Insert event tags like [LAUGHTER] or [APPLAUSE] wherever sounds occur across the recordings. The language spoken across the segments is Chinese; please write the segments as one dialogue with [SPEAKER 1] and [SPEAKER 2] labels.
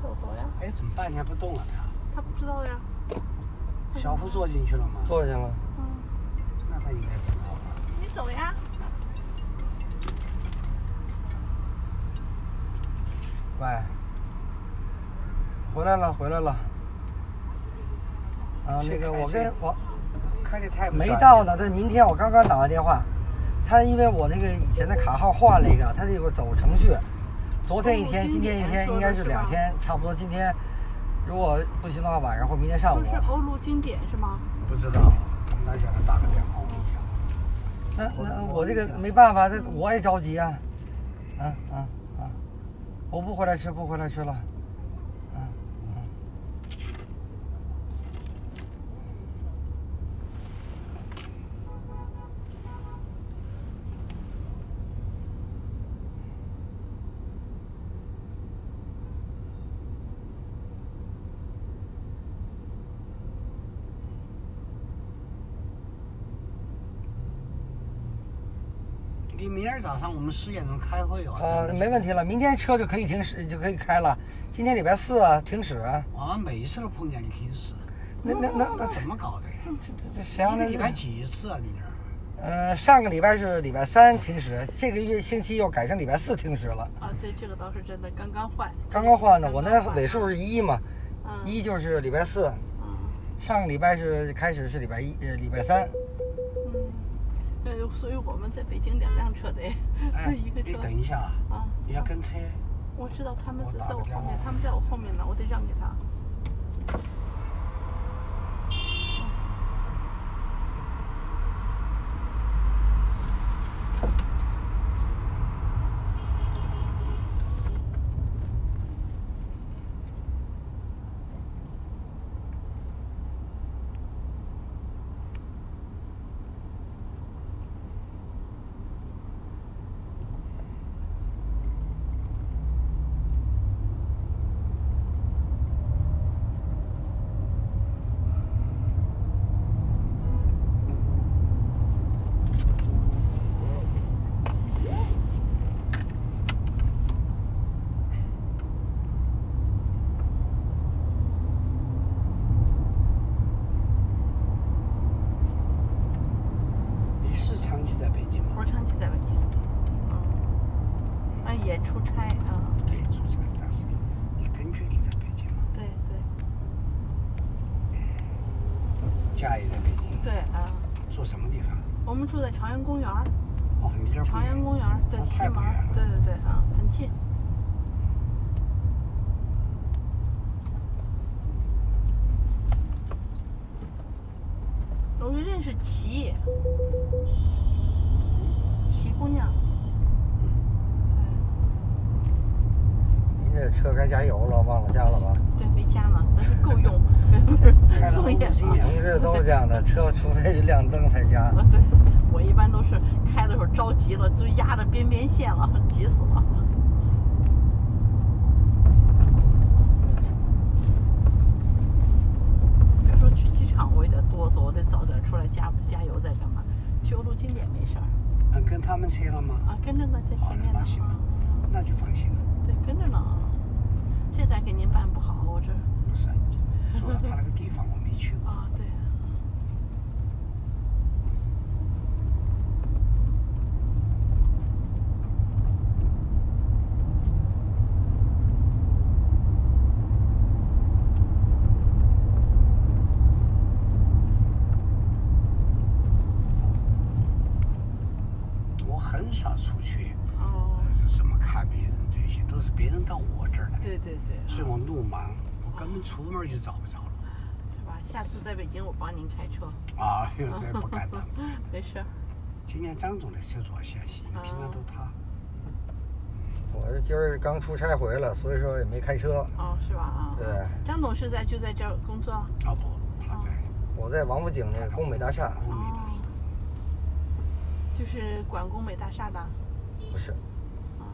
[SPEAKER 1] 狗狗呀，
[SPEAKER 2] 哎，怎么半天不动了它？
[SPEAKER 1] 它不知道呀。
[SPEAKER 2] 小夫坐进去了吗？
[SPEAKER 3] 坐下了，
[SPEAKER 1] 嗯，
[SPEAKER 2] 那它应该知道吧？
[SPEAKER 1] 你走呀。
[SPEAKER 3] 喂，回来了，回来了。啊，那个我跟我
[SPEAKER 2] 开的太不
[SPEAKER 3] 没
[SPEAKER 2] 专业
[SPEAKER 3] 到呢，但明天我刚刚打完电话，他因为我那个以前的卡号换了一个，他这个走程序，昨天一天，今天一天，应该是两天，差不多。今天如果不行的话，晚上或明天上
[SPEAKER 2] 啊
[SPEAKER 3] 午
[SPEAKER 1] 就。是欧陆经典是吗？
[SPEAKER 2] 不知道，那叫他打个电话问一下。
[SPEAKER 3] 那那我这个没办法，这我也着急啊，嗯嗯嗯，我不回来吃，不回来吃了，嗯嗯。
[SPEAKER 2] 你明儿早上我们十点钟开会啊？
[SPEAKER 3] 啊，没问题了，明天车就可以停驶，就可以开了。今天礼拜四啊，停驶啊。
[SPEAKER 2] 我们每一次都碰见你停驶，
[SPEAKER 3] 那那那那
[SPEAKER 2] 怎么搞的呀？
[SPEAKER 3] 这这这谁让
[SPEAKER 2] 一
[SPEAKER 3] 那
[SPEAKER 2] 个礼拜？几次啊？你这儿
[SPEAKER 3] 呃，上个礼拜是礼拜三停驶，这个月星期又改成礼拜四停驶了。
[SPEAKER 1] 啊，对，这个倒是真的，刚刚换。
[SPEAKER 3] 刚刚换的，我那
[SPEAKER 1] 刚刚换
[SPEAKER 3] 尾数是一嘛，
[SPEAKER 1] 嗯。
[SPEAKER 3] 一就是礼拜四，
[SPEAKER 1] 嗯
[SPEAKER 3] 上个礼拜是开始是礼拜一，呃，礼拜三。
[SPEAKER 1] 嗯。呃，所以我们在北京两辆车的， [LAUGHS]
[SPEAKER 2] 哎，
[SPEAKER 1] 一个
[SPEAKER 2] 你
[SPEAKER 1] 车。
[SPEAKER 2] 等一下，啊，
[SPEAKER 1] 啊。
[SPEAKER 2] 你要跟车。
[SPEAKER 1] 我知道他们
[SPEAKER 2] 我
[SPEAKER 1] 在
[SPEAKER 2] 打
[SPEAKER 1] 我
[SPEAKER 2] 个电
[SPEAKER 1] 后面
[SPEAKER 2] 话，
[SPEAKER 1] 他们在我后面呢，我得让给他。
[SPEAKER 2] 你是长期在北京吗？
[SPEAKER 1] 我长期在北京。嗯。啊，也出差啊。
[SPEAKER 2] 对，住家，但是你根据你在北京吗？
[SPEAKER 1] 对对
[SPEAKER 2] 家也在北京，
[SPEAKER 1] 对啊。
[SPEAKER 2] 住什么地方？
[SPEAKER 1] 我们住在朝阳公园儿，
[SPEAKER 2] 哦，你这儿不
[SPEAKER 1] 朝阳
[SPEAKER 2] 远
[SPEAKER 1] 公园儿对
[SPEAKER 2] 那
[SPEAKER 1] 西
[SPEAKER 2] 太不
[SPEAKER 1] 门儿
[SPEAKER 2] 远，了
[SPEAKER 1] 对对对啊，很近。我就认识齐，齐姑娘，嗯
[SPEAKER 3] 您这车该加油了，忘了加了吧？
[SPEAKER 1] 对，没加呢，但是够 [LAUGHS] 用，
[SPEAKER 2] 开了
[SPEAKER 1] 送
[SPEAKER 2] 五
[SPEAKER 1] 验
[SPEAKER 2] 十
[SPEAKER 1] 了。
[SPEAKER 2] 年
[SPEAKER 3] 同事都是这样的，车除非亮灯才加。
[SPEAKER 1] 啊，对，我一般都是开的时候着急了，就压着边边线了，急死了。别说去机场，我有点哆嗦，我得早点出来加加油再干嘛。去欧洲经典没事儿
[SPEAKER 2] 嗯，跟他们车了吗？
[SPEAKER 1] 啊，跟着呢，在前面呢
[SPEAKER 2] 哦那行
[SPEAKER 1] 啊，
[SPEAKER 2] 那就放心了。
[SPEAKER 1] 对，跟着呢啊。这再给您办不好，我这
[SPEAKER 2] 不是，主要他那个地方我没去过。
[SPEAKER 1] 啊，对。
[SPEAKER 2] 我很少出去，
[SPEAKER 1] 哦，
[SPEAKER 2] 什么看别人这些，都是别人到我这儿来，
[SPEAKER 1] 对对对，
[SPEAKER 2] 所以我路盲，我根本出门就找不着了。
[SPEAKER 1] 是吧？下次在北京我帮您开车，
[SPEAKER 2] 啊， [LAUGHS] 又这不敢当。
[SPEAKER 1] 没事儿。
[SPEAKER 2] 今年张总的车主要先行，平常都他。
[SPEAKER 3] 我是今儿刚出差回来，所以说也没开车。
[SPEAKER 1] 哦，是吧？啊，
[SPEAKER 3] 对，
[SPEAKER 1] 张董是在就在这儿工作。
[SPEAKER 2] 啊不，他在
[SPEAKER 3] 我在王府井那个工美大厦，
[SPEAKER 2] 欧美的
[SPEAKER 1] 哦，就是管工美大厦的。
[SPEAKER 3] 不是，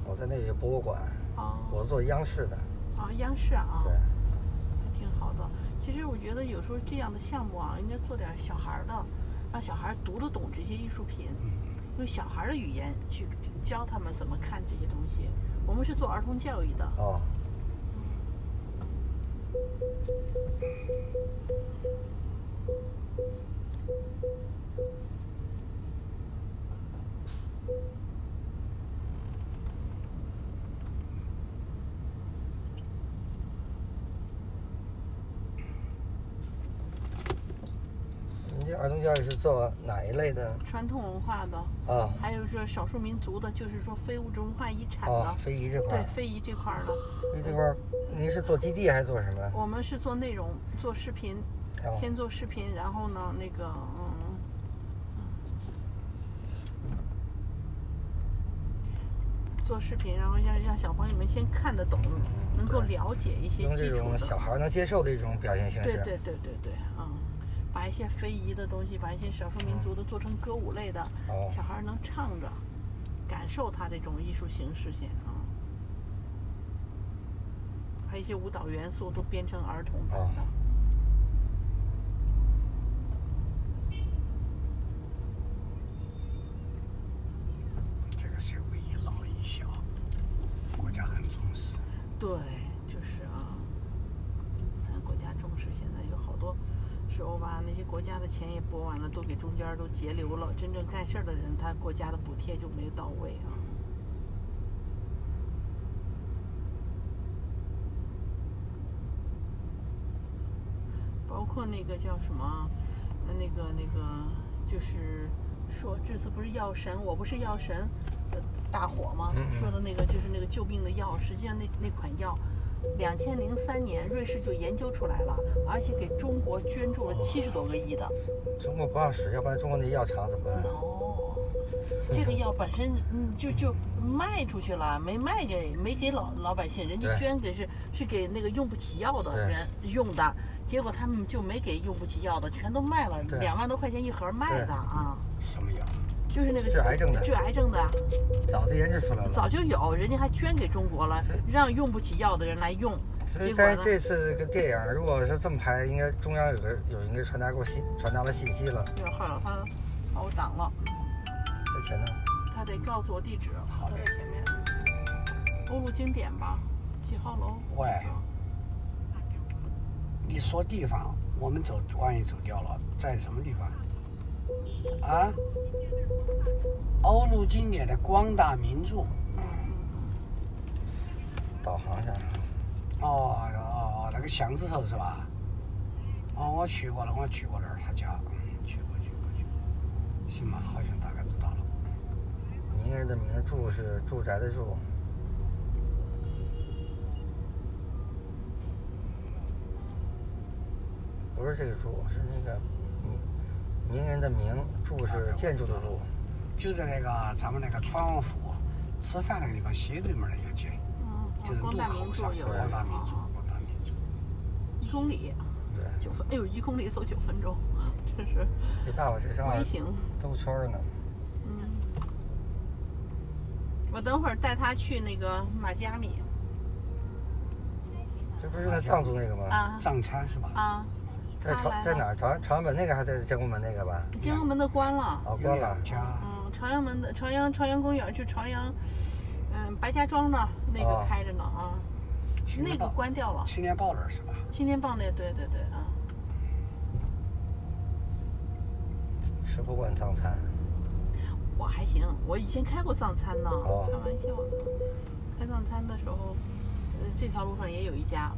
[SPEAKER 3] 我在那个博物馆，
[SPEAKER 1] 哦，
[SPEAKER 3] 我做央视的，
[SPEAKER 1] 哦，央视啊，
[SPEAKER 3] 对。
[SPEAKER 1] 挺好的。其实我觉得有时候这样的项目啊，应该做点儿小孩儿的，让小孩儿读得懂这些艺术品，
[SPEAKER 3] 嗯
[SPEAKER 1] 用小孩儿的语言去教他们怎么看这些东西。我们是做儿童教育的，
[SPEAKER 3] 哦，
[SPEAKER 1] 嗯
[SPEAKER 3] 你这儿童教育是做哪一类的
[SPEAKER 1] 传统文化的，
[SPEAKER 3] 啊？
[SPEAKER 1] 还有说少数民族的，就是说非物质文化遗产的
[SPEAKER 3] 啊，，非遗这块
[SPEAKER 1] 对
[SPEAKER 3] 儿，
[SPEAKER 1] 非遗这块儿的，
[SPEAKER 3] 非遗这块儿，您是做基地还是做什么？
[SPEAKER 1] 我们是做内容，做视频，
[SPEAKER 3] 哦
[SPEAKER 1] 先做视频，然后呢，那个嗯，做视频，然后让让小朋友们先看得懂，
[SPEAKER 3] 嗯
[SPEAKER 1] 能够
[SPEAKER 3] 对
[SPEAKER 1] 了解一些
[SPEAKER 3] 用
[SPEAKER 1] 基
[SPEAKER 3] 这
[SPEAKER 1] 础
[SPEAKER 3] 种
[SPEAKER 1] 的。
[SPEAKER 3] 小孩能接受的一种表现形式。
[SPEAKER 1] 对对对对对，嗯，把一些非遗的东西，把一些少数民族的做成歌舞类的，
[SPEAKER 3] 哦，
[SPEAKER 1] 小孩儿能唱着，感受他这种艺术形式先啊。还有一些舞蹈元素都编成儿童版的。
[SPEAKER 2] 这个社会一老一小，国家很重视。
[SPEAKER 1] 对，就是啊，咱国家重视，现在有好多时候吧，那些国家的钱也拨完了，都给中间儿都截留了，真正干事儿的人，他国家的补贴就没到位啊。包括那个叫什么，呃那个那个，就是说这次不是药神，我不是药神，呃大火吗？
[SPEAKER 3] 嗯嗯
[SPEAKER 1] 说的那个就是那个救命的药，实际上那那款药，两千零三年瑞士就研究出来了，而且给中国捐助了七十多个亿的。
[SPEAKER 3] 中国不让使，要不然中国那药厂怎么办？
[SPEAKER 1] 哦，这个药本身嗯就就卖出去了，没卖给没给老老百姓，人家
[SPEAKER 3] 对
[SPEAKER 1] 捐给是是给那个用不起药的
[SPEAKER 3] 对
[SPEAKER 1] 人用的，结果他们就没给用不起药的，全都卖了，
[SPEAKER 3] 对
[SPEAKER 1] 两万多块钱一盒卖
[SPEAKER 3] 对
[SPEAKER 1] 的啊，
[SPEAKER 2] 什么药？
[SPEAKER 1] 就是那个
[SPEAKER 3] 治癌症的
[SPEAKER 1] 治癌症的
[SPEAKER 3] 早就研制出来了。
[SPEAKER 1] 早就有，人家还捐给中国了
[SPEAKER 3] 所以，
[SPEAKER 1] 让用不起药的人来用，
[SPEAKER 3] 所以
[SPEAKER 1] 结果
[SPEAKER 3] 在
[SPEAKER 1] 呢
[SPEAKER 3] 这次这个电影，如果是这么拍，应该中央有个有应该传达过信，传达了信息了。
[SPEAKER 1] 就是后来他把我挡了。
[SPEAKER 3] 那钱呢？
[SPEAKER 1] 他得告诉我地址，
[SPEAKER 2] 好
[SPEAKER 1] 他
[SPEAKER 2] 嘞
[SPEAKER 1] 在前面。欧陆经典吧，几号楼？
[SPEAKER 2] 喂，你说地方，我们走，万一走掉了，在什么地方？啊？欧陆经典的光大名著。
[SPEAKER 3] 导航一下。
[SPEAKER 2] 哦哦哦，那个祥字头是吧？哦，我去过了，我去过那儿他家，嗯去过去过去过。行吧，好像大概知道了。
[SPEAKER 3] 名人的名，住是住宅的住。不是这个住，是那个名名人的名，住是建筑的住。
[SPEAKER 2] 就在那个咱们那个穿王府吃饭那个地方斜对门那条街，
[SPEAKER 1] 嗯，
[SPEAKER 2] 就是
[SPEAKER 1] 光
[SPEAKER 2] 路
[SPEAKER 1] 大名
[SPEAKER 2] 口
[SPEAKER 1] 著
[SPEAKER 2] 上
[SPEAKER 1] 有
[SPEAKER 2] 光大名著
[SPEAKER 1] 啊，
[SPEAKER 2] 光大名著。
[SPEAKER 1] 一公里
[SPEAKER 3] 对，
[SPEAKER 1] 九分，哎呦，一公里走九分钟，真是
[SPEAKER 3] 你爸爸这上
[SPEAKER 1] 微
[SPEAKER 3] 面
[SPEAKER 1] 型。
[SPEAKER 3] 兜圈儿呢。
[SPEAKER 1] 嗯，我等会儿带他去那个马加里
[SPEAKER 3] 这不是在藏族那个吗？
[SPEAKER 1] 啊
[SPEAKER 2] 藏餐是吧？
[SPEAKER 1] 啊，
[SPEAKER 3] 在
[SPEAKER 1] 他
[SPEAKER 3] 朝
[SPEAKER 1] 来
[SPEAKER 3] 在
[SPEAKER 1] 了
[SPEAKER 3] 哪儿？朝朝阳门那个还在建国门那个吧？
[SPEAKER 1] 天安门的关了。
[SPEAKER 3] 哦，
[SPEAKER 2] 有
[SPEAKER 3] 关了
[SPEAKER 2] 两。家。
[SPEAKER 1] 嗯，朝阳门的朝阳朝阳公园就朝阳，嗯，白家庄那儿那个
[SPEAKER 3] 啊
[SPEAKER 1] 开着呢啊，
[SPEAKER 2] 青
[SPEAKER 1] 那
[SPEAKER 2] 年
[SPEAKER 1] 个
[SPEAKER 2] 报
[SPEAKER 1] 关掉了。
[SPEAKER 2] 青年报那儿是吧？
[SPEAKER 1] 青年报那对对对啊。
[SPEAKER 3] 吃不惯藏餐，
[SPEAKER 1] 我还行，我以前开过藏餐呢，
[SPEAKER 3] 哦
[SPEAKER 1] 开玩笑呢。开藏餐的时候，呃，这条路上也有一家，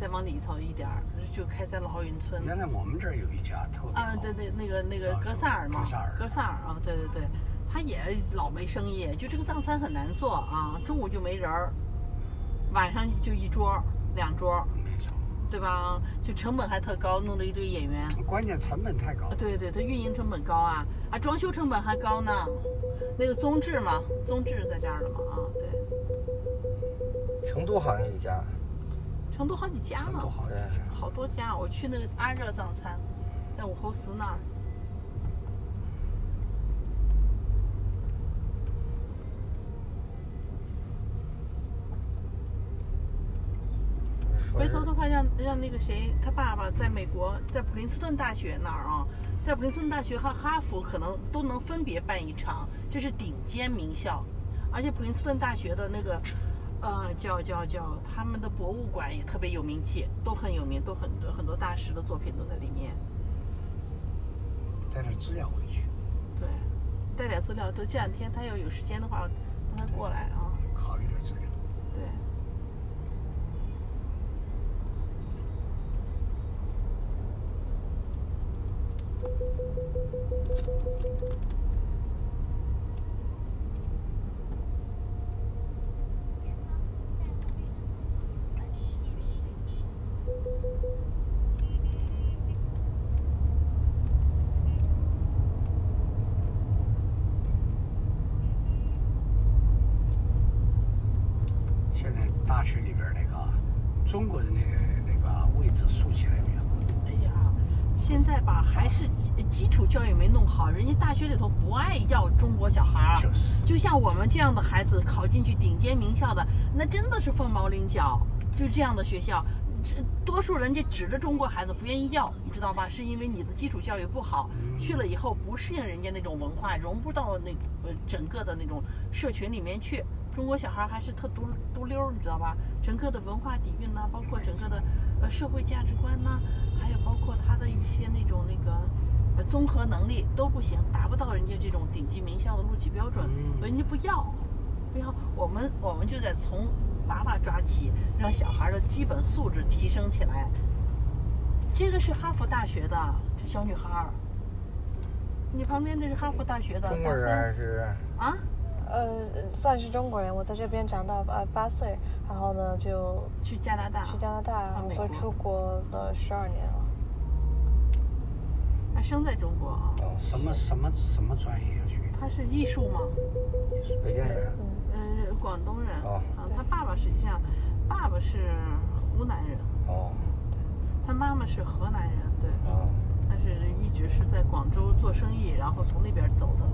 [SPEAKER 1] 再往里头一点儿就开在老云村。
[SPEAKER 2] 原来我们这儿有一家特别
[SPEAKER 1] 啊
[SPEAKER 2] 好，，
[SPEAKER 1] 对对，那个那个
[SPEAKER 2] 叫
[SPEAKER 1] 格萨尔嘛，
[SPEAKER 2] 格萨尔
[SPEAKER 1] 格萨尔啊，对对对，他也老没生意，就这个藏餐很难做啊，中午就没人儿，晚上就一桌儿两桌儿，
[SPEAKER 2] 没错，
[SPEAKER 1] 对吧？就成本还特高，弄了一堆演员。
[SPEAKER 2] 关键成本太高
[SPEAKER 1] 啊
[SPEAKER 2] 了，，
[SPEAKER 1] 对对，它运营成本高啊，啊，装修成本还高呢。那个宗志嘛，宗志在这儿了嘛，啊，对，
[SPEAKER 3] 成都好像有一家，
[SPEAKER 1] 成都好几家
[SPEAKER 2] 成
[SPEAKER 1] 呢
[SPEAKER 2] 本，好几
[SPEAKER 3] 对
[SPEAKER 2] 家。
[SPEAKER 1] 好多家。我去那个阿热藏餐，在武侯祠那儿。
[SPEAKER 3] 说
[SPEAKER 1] 回
[SPEAKER 3] 是
[SPEAKER 1] 头的话让，让那个谁，他爸爸在美国，在普林斯顿大学那儿啊，在普林斯顿大学和哈佛可能都能分别办一场，这是顶尖名校，而且普林斯顿大学的那个，呃，叫叫叫，他们的博物馆也特别有名气，都很有名，都很多很多大师的作品都在里面。
[SPEAKER 2] 带点资料回去，
[SPEAKER 1] 对，带点资料，都这两天他要有时间的话，让他过来啊。
[SPEAKER 2] 考虑点资料。
[SPEAKER 1] 对。
[SPEAKER 2] 现在大学里边那个中国人那个那个位置竖起来没有？
[SPEAKER 1] 哎呀，现在吧，还是基基础教育没弄好，人家大学里头不爱要中国小孩儿。
[SPEAKER 2] 就是，
[SPEAKER 1] 就像我们这样的孩子考进去顶尖名校的，那真的是凤毛麟角。就这样的学校，这多数人家指着中国孩子不愿意要，你知道吧？是因为你的基础教育不好，
[SPEAKER 2] 嗯
[SPEAKER 1] 去了以后不适应人家那种文化，融不到那呃整个的那种社群里面去。中国小孩还是特独独溜儿，你知道吧？整个的文化底蕴呐、包括整个的呃社会价值观呐、还有包括他的一些那种那个呃综合能力都不行，达不到人家这种顶级名校的录取标准。
[SPEAKER 2] 嗯
[SPEAKER 1] 人家不要，不要，我们我们就得从娃娃抓起，让小孩儿的基本素质提升起来。这个是哈佛大学的这小女孩儿，你旁边这是哈佛大学的
[SPEAKER 3] 中国
[SPEAKER 1] 大
[SPEAKER 3] 人还
[SPEAKER 1] 三
[SPEAKER 3] 是
[SPEAKER 1] 啊，
[SPEAKER 4] 呃，算是中国人。我在这边长到呃八岁，然后呢就
[SPEAKER 1] 去加拿大，啊
[SPEAKER 4] 去加拿大，然后
[SPEAKER 1] 美
[SPEAKER 4] 所以
[SPEAKER 1] 国
[SPEAKER 4] 出国了十二年了。
[SPEAKER 1] 她生在中国啊，
[SPEAKER 2] 什么什么什么专业要学？
[SPEAKER 1] 她是艺术吗？
[SPEAKER 3] 北京人？
[SPEAKER 4] 嗯，
[SPEAKER 1] 呃，广东人
[SPEAKER 3] 哦
[SPEAKER 1] 啊，她爸爸实际上，爸爸是湖南人，
[SPEAKER 3] 哦
[SPEAKER 1] 她妈妈是河南人，对。
[SPEAKER 3] 哦，
[SPEAKER 1] 但是一直是在广州做生意，然后从那边走的。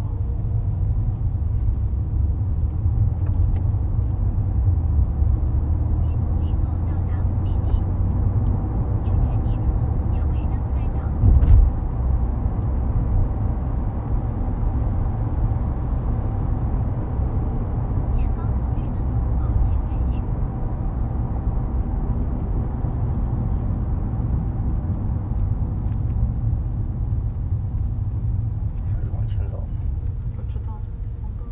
[SPEAKER 3] 还是往前走。
[SPEAKER 1] 我知道，广东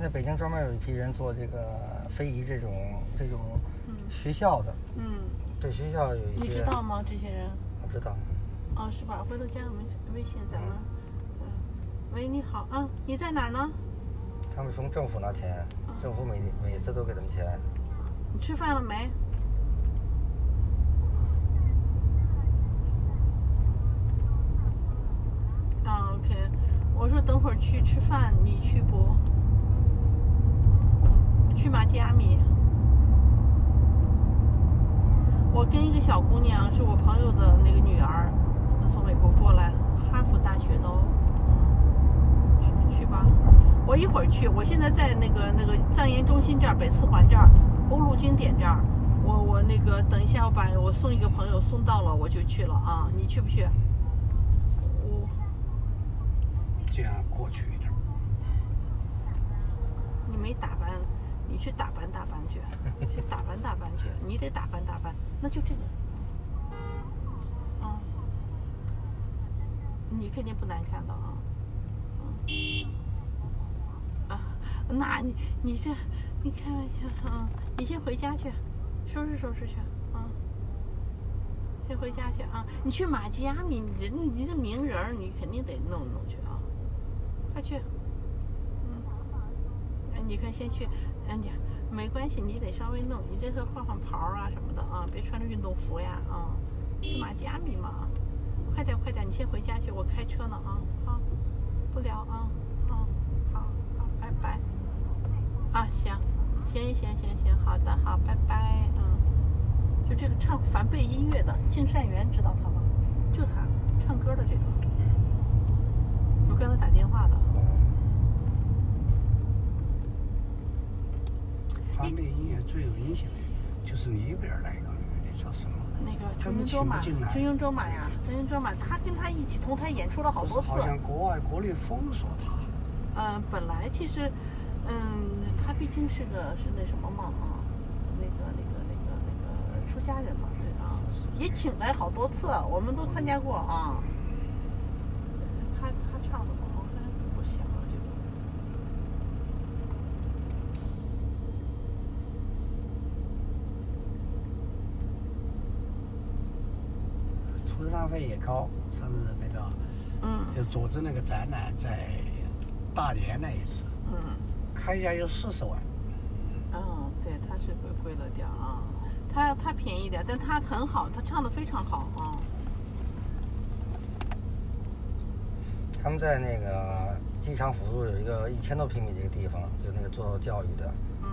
[SPEAKER 3] 在北京专门有一批人做这个非遗这种这种
[SPEAKER 1] 嗯
[SPEAKER 3] 学校的，
[SPEAKER 1] 嗯，
[SPEAKER 3] 对学校有一些
[SPEAKER 1] 你知道吗？这些人？
[SPEAKER 3] 我知道，
[SPEAKER 1] 啊，是吧？回头加我们微信，咱们，嗯，喂，你好啊，你在哪儿呢？
[SPEAKER 3] 他们从政府拿钱，
[SPEAKER 1] 嗯
[SPEAKER 3] 政府每每次都给他们钱。
[SPEAKER 1] 你吃饭了没？啊，OK，我说等会儿去吃饭，你去不？去马提亚米。我跟一个小姑娘，是我朋友的那个女儿，从美国过来，哈佛大学的哦。去去吧，我一会儿去。我现在在那个那个藏研中心这儿，北四环这儿，欧陆经典这儿。我我那个等一下，我把我送一个朋友送到了，我就去了啊。你去不去？我
[SPEAKER 2] 这样过去一点。
[SPEAKER 1] 哎你没打扮，你去打扮打扮去，啊去打扮打扮去，啊你得打扮打扮，那就这个，嗯，你肯定不难看的啊，嗯，啊，那你你这，你开玩笑啊，你先回家去，收拾收拾去啊。先回家去啊！你去马吉亚米，你这你这名人儿，你肯定得弄弄去啊！快去，嗯。哎，你看先去，哎呀，没关系，你得稍微弄，你这次换换袍儿啊什么的啊，别穿着运动服呀啊，去马甲米嘛，快点快点，你先回家去，我开车呢啊啊，不聊啊啊好好，拜拜，啊行，行行行行，好的好，拜拜，嗯，就这个唱梵呗音乐的敬善园知道他吗？就他唱歌的这个，我跟他打电话的。
[SPEAKER 3] 嗯
[SPEAKER 2] 方面音乐最有影响的就是你一边儿来一个女的叫什么？
[SPEAKER 1] 那个春英
[SPEAKER 2] 根本请
[SPEAKER 1] 卓
[SPEAKER 2] 不
[SPEAKER 1] 玛，
[SPEAKER 2] 进来
[SPEAKER 1] 春英卓玛呀，春英卓玛，他跟他一起同台演出了好
[SPEAKER 2] 不是
[SPEAKER 1] 多次。
[SPEAKER 2] 好像国外国内封锁他。
[SPEAKER 1] 嗯，本来其实，嗯，他毕竟是个是那什么嘛啊，那个那个那个那
[SPEAKER 2] 哎
[SPEAKER 1] 个出家人嘛，对啊，也请来好多次，啊我们都参加过啊。
[SPEAKER 2] 嗯
[SPEAKER 1] 他他唱的嘛，哦我看怎么不行了这个。
[SPEAKER 2] 出场费也高，上次那个
[SPEAKER 1] 嗯
[SPEAKER 2] 就组织那个展览在大连那一次，
[SPEAKER 1] 嗯
[SPEAKER 2] 开价就四十万，
[SPEAKER 1] 嗯，对，他是贵贵了点儿啊，他他便宜点儿，但他很好，他唱的非常好啊。
[SPEAKER 3] 他们在那个机场辅助有一个一千多平米的一个地方，就那个做教育的，
[SPEAKER 1] 嗯，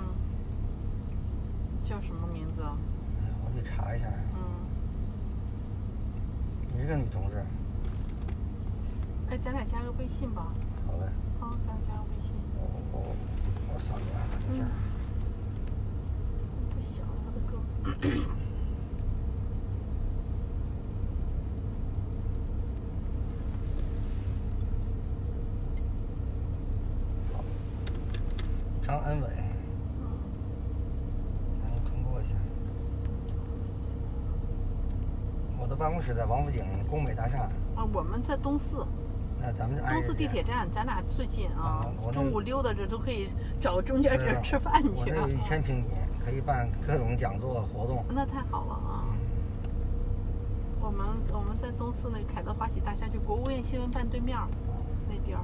[SPEAKER 1] 叫什么名字啊？
[SPEAKER 3] 哎我得查一下。
[SPEAKER 1] 嗯。
[SPEAKER 3] 你是个女同志，
[SPEAKER 1] 哎，咱俩加个微信吧。
[SPEAKER 3] 好嘞，
[SPEAKER 1] 啊，咱俩加个微信。
[SPEAKER 3] 我我我扫描一下这事
[SPEAKER 1] 嗯
[SPEAKER 3] 儿。
[SPEAKER 1] 不行，我的歌。
[SPEAKER 3] 张恩伟，
[SPEAKER 1] 嗯，
[SPEAKER 3] 然后通过一下。我的办公室在王府井工美大厦，
[SPEAKER 1] 啊，我们在东四，
[SPEAKER 3] 那咱们就挨
[SPEAKER 1] 东
[SPEAKER 3] 着
[SPEAKER 1] 四地
[SPEAKER 3] 点
[SPEAKER 1] 铁站，咱俩最近啊
[SPEAKER 3] 哎啊我，那
[SPEAKER 1] 中午溜达着都可以找个中间地儿吃饭
[SPEAKER 3] 我
[SPEAKER 1] 去
[SPEAKER 3] 那
[SPEAKER 1] 啊
[SPEAKER 3] 有。一千平米，可以办各种讲座活动。
[SPEAKER 1] 那太好了啊！我们我们在东四那个凯德华喜大厦，就国务院新闻办对面儿那地儿。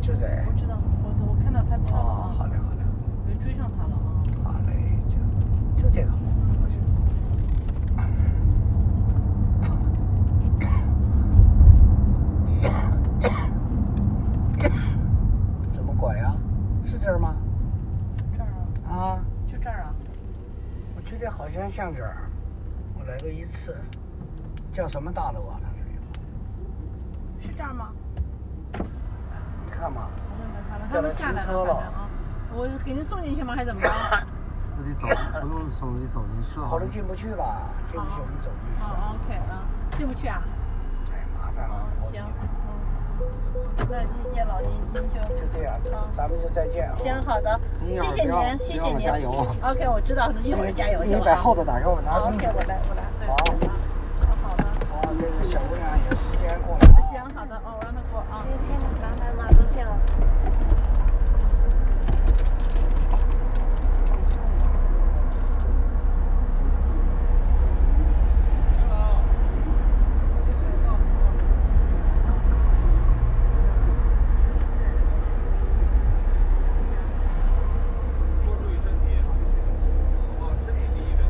[SPEAKER 2] 就在
[SPEAKER 1] 我知道，我我看到他
[SPEAKER 2] 哦，
[SPEAKER 1] 跳了啊，
[SPEAKER 2] 好嘞，好嘞，
[SPEAKER 1] 我就追上他了啊。
[SPEAKER 2] 好嘞，就就这个，我去。怎么拐呀？是这儿吗？
[SPEAKER 1] 这儿啊，
[SPEAKER 2] 啊，
[SPEAKER 1] 就这儿啊。
[SPEAKER 2] 我觉得好像像这儿，我来过一次，叫什么大楼啊？它是，
[SPEAKER 1] 是这儿吗？
[SPEAKER 2] 你看嘛，
[SPEAKER 1] 我问问他们，
[SPEAKER 2] 叫
[SPEAKER 1] 他
[SPEAKER 2] 他
[SPEAKER 1] 们下来
[SPEAKER 2] 停车
[SPEAKER 1] 了，
[SPEAKER 2] 了
[SPEAKER 1] 反正啊，我给您送进去吗？还是怎
[SPEAKER 3] [LAUGHS]
[SPEAKER 1] 么着？啊
[SPEAKER 3] 我得走，不用送，你走进去
[SPEAKER 2] 好了进不去吧？进不去我们走进去。
[SPEAKER 1] 啊，OK 啊，进不去啊？
[SPEAKER 2] 哎，麻烦了
[SPEAKER 1] 啊，，
[SPEAKER 2] 我
[SPEAKER 1] 行，嗯，那叶叶老您您就
[SPEAKER 2] 就这样，这咱们就再见啊。
[SPEAKER 1] 哦行好的，
[SPEAKER 3] 你一
[SPEAKER 1] 谢
[SPEAKER 3] 会儿
[SPEAKER 1] 谢
[SPEAKER 3] 不要
[SPEAKER 1] 您，谢
[SPEAKER 3] 一
[SPEAKER 1] 谢
[SPEAKER 3] 会儿
[SPEAKER 1] 您。
[SPEAKER 3] 加油啊
[SPEAKER 1] OK，我知道，一会儿加
[SPEAKER 2] 哎
[SPEAKER 1] 油哦去
[SPEAKER 3] 你
[SPEAKER 1] 了啊。
[SPEAKER 3] 把后头打开，我拿
[SPEAKER 1] 好
[SPEAKER 3] 东西
[SPEAKER 1] ，OK，。我来我来。对
[SPEAKER 2] 好
[SPEAKER 1] 啊好的，
[SPEAKER 2] 好，啊这个小姑娘有时间过来啊。
[SPEAKER 1] 行好的，哦，我让他过啊
[SPEAKER 4] 今。天拿拿拿多线了。
[SPEAKER 5] 多注意身体，好不好？身体第一位。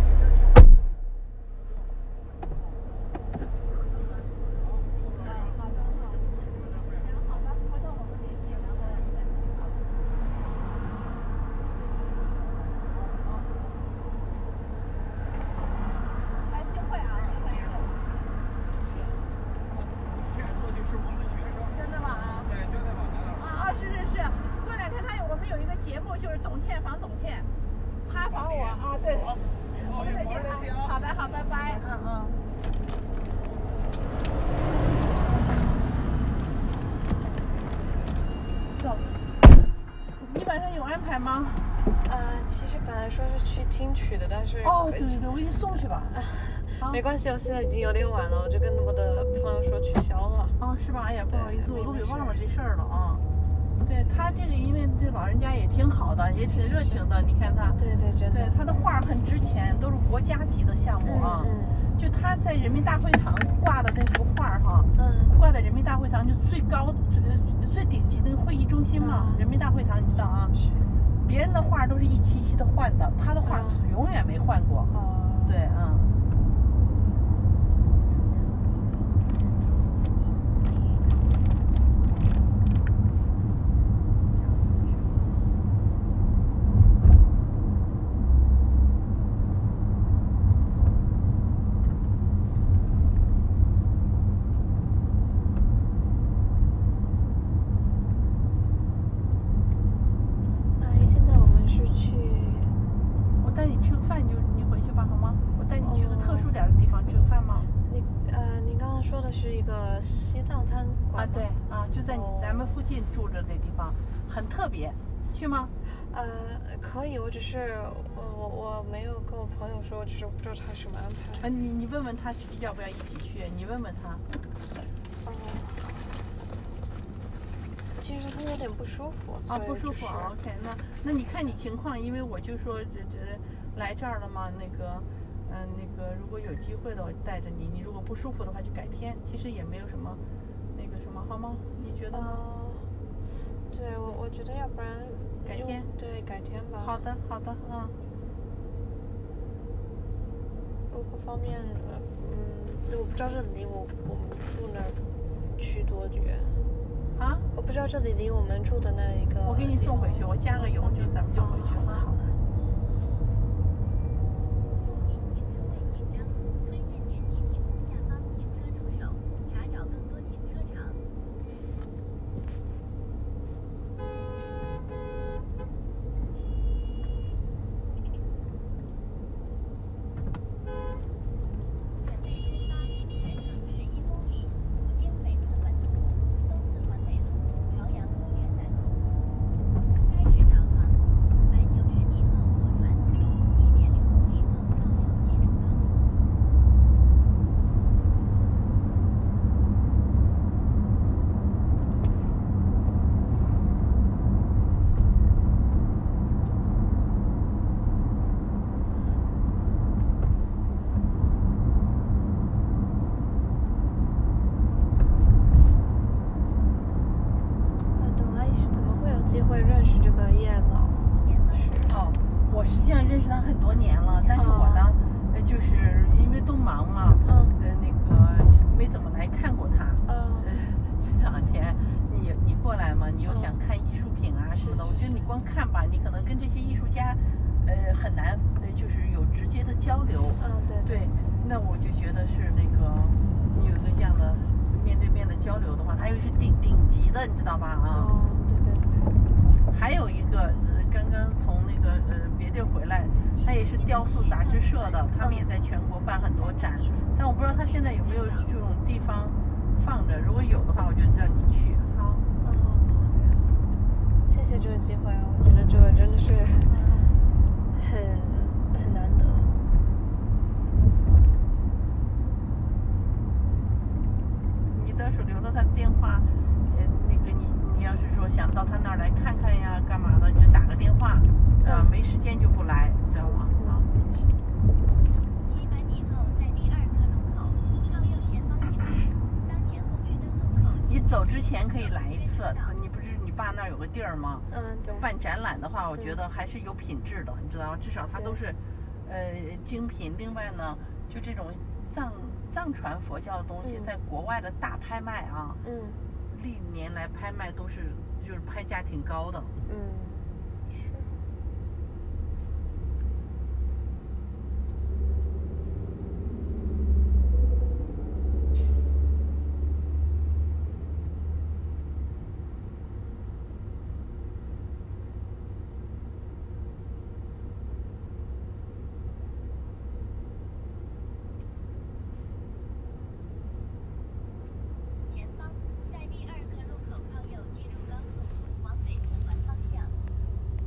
[SPEAKER 5] 现在过去是我们学生，
[SPEAKER 1] 真的吗？啊
[SPEAKER 5] 在交代网拿到。
[SPEAKER 1] 啊，是是是，过两天他有我们有一个节目，就是董倩防董倩，他防我啊，对。
[SPEAKER 5] 好，
[SPEAKER 1] 我
[SPEAKER 5] 好，
[SPEAKER 1] 们
[SPEAKER 5] 一
[SPEAKER 1] 再
[SPEAKER 5] 会
[SPEAKER 1] 见
[SPEAKER 5] 儿再见
[SPEAKER 1] 啊，
[SPEAKER 5] 啊
[SPEAKER 1] 好。的，好，拜拜，嗯嗯。走，你晚上有安排吗？
[SPEAKER 4] 呃，其实本来说是去听曲的，但是
[SPEAKER 1] 哦哦，对对对，我给你送去吧。啊
[SPEAKER 4] 没关系，我现在已经有点晚了，我就跟我的朋友说取消了。
[SPEAKER 1] 哦，是吧？哎呀，不
[SPEAKER 4] 对
[SPEAKER 1] 好意思，
[SPEAKER 4] 没
[SPEAKER 1] 我都给
[SPEAKER 4] 没事
[SPEAKER 1] 忘了这事儿了啊。对他这个，因为对老人家也挺好的，也挺热情的。你看他，
[SPEAKER 4] 对对，真的
[SPEAKER 1] 对。他的画儿很值钱，都是国家级的项目啊。
[SPEAKER 4] 嗯
[SPEAKER 1] 就他在人民大会堂挂的那幅画儿哈，
[SPEAKER 4] 嗯
[SPEAKER 1] 挂在人民大会堂就最高最呃最顶级的会议中心嘛，
[SPEAKER 4] 嗯
[SPEAKER 1] 人民大会堂你知道啊？
[SPEAKER 4] 是
[SPEAKER 1] 别人的画儿都是一期一期的换的，他的画儿
[SPEAKER 4] 嗯
[SPEAKER 1] 永远没换过。
[SPEAKER 4] 哦，
[SPEAKER 1] 对，嗯。
[SPEAKER 4] 阿姨，现在我们是去
[SPEAKER 1] 我带你吃个饭，你就你回去吧，好吗？我带你去个
[SPEAKER 4] 哦
[SPEAKER 1] 特殊点儿的地方吃个饭吗？
[SPEAKER 4] 你呃，你刚刚说的是一个西藏餐
[SPEAKER 1] 啊，
[SPEAKER 4] 馆吗
[SPEAKER 1] 对，啊，就在你
[SPEAKER 4] 哦
[SPEAKER 1] 咱们附近住着那地方，很特别，去吗？
[SPEAKER 4] 呃，可以，我只是呃我我我没有跟我朋友说，我只是我不知道他什么安排。
[SPEAKER 1] 啊，你你问问他要不要一起去，你问问他。嗯
[SPEAKER 4] 哦，其实他有点不舒服，
[SPEAKER 1] 啊，
[SPEAKER 4] 所以
[SPEAKER 1] 不舒
[SPEAKER 4] 就是
[SPEAKER 1] 服啊，OK，那那你看你情况，因为我就说这这来这儿了嘛，那个，嗯、那个如果有机会的，我带着你，你如果不舒服的话就改天，其实也没有什么，那个什么，好吗？你觉得？
[SPEAKER 4] 呃，对我我觉得要不然
[SPEAKER 1] 改
[SPEAKER 4] 用
[SPEAKER 1] 天
[SPEAKER 4] 对改天吧。
[SPEAKER 1] 好，的，好的，嗯。
[SPEAKER 4] 如果方便，呃嗯，我不知道这里离我我们住那儿去多远，
[SPEAKER 1] 啊，
[SPEAKER 4] 我不知道这里离我们住的那一个。
[SPEAKER 1] 我给你送回去，。我加个油就咱们就回去了。好的。
[SPEAKER 4] 啊，董阿姨是怎么会有机会认识这个叶老？是
[SPEAKER 1] 哦，我实际上认识他很多年了，但是我呢，呃，就是因为都忙嘛，
[SPEAKER 4] 嗯
[SPEAKER 1] 呃，那个没怎么来看过他。
[SPEAKER 4] 嗯
[SPEAKER 1] 呃，这两天你你过来嘛，你又
[SPEAKER 4] 嗯
[SPEAKER 1] 想看艺术品啊什么的，
[SPEAKER 4] 是
[SPEAKER 1] 我觉得
[SPEAKER 4] 是
[SPEAKER 1] 你光看吧，你可能跟这些艺术家，呃，很难，呃，就是有直接的交流。
[SPEAKER 4] 嗯，对
[SPEAKER 1] 对，那我就觉得是那个，你有一个这样的面对面的交流的话，他又是顶顶级的，你知道吧？啊、
[SPEAKER 4] 哦，对对对，
[SPEAKER 1] 还有一个，呃刚刚从那个呃别地儿回来，他也是雕塑杂志社的，他们也在全国办很多展，但我不知道他现在有没有这种地方放着，如果有的话，我就让你去。好，
[SPEAKER 4] 嗯，谢谢这个机会啊，我觉得这个真的是很很难得。
[SPEAKER 1] 你到时候留了他的电话，呃，那个你你要是说想到他那儿来看看呀，干嘛的，你就打个电话，啊，
[SPEAKER 4] 嗯
[SPEAKER 1] 没时间就不来，知道吗？啊，你走之前可以来一次，你不是你爸那儿有个地儿吗？
[SPEAKER 4] 嗯，对。
[SPEAKER 1] 办展览的话，我觉
[SPEAKER 4] 嗯
[SPEAKER 1] 得还是有品质的，你知道吗？至少它都
[SPEAKER 4] 对
[SPEAKER 1] 是，呃，精品。另外呢，就这种藏藏传佛教的东西，
[SPEAKER 4] 嗯
[SPEAKER 1] 在国外的大拍卖啊，
[SPEAKER 4] 嗯
[SPEAKER 1] 历年来拍卖都是就是拍价挺高的。
[SPEAKER 4] 嗯。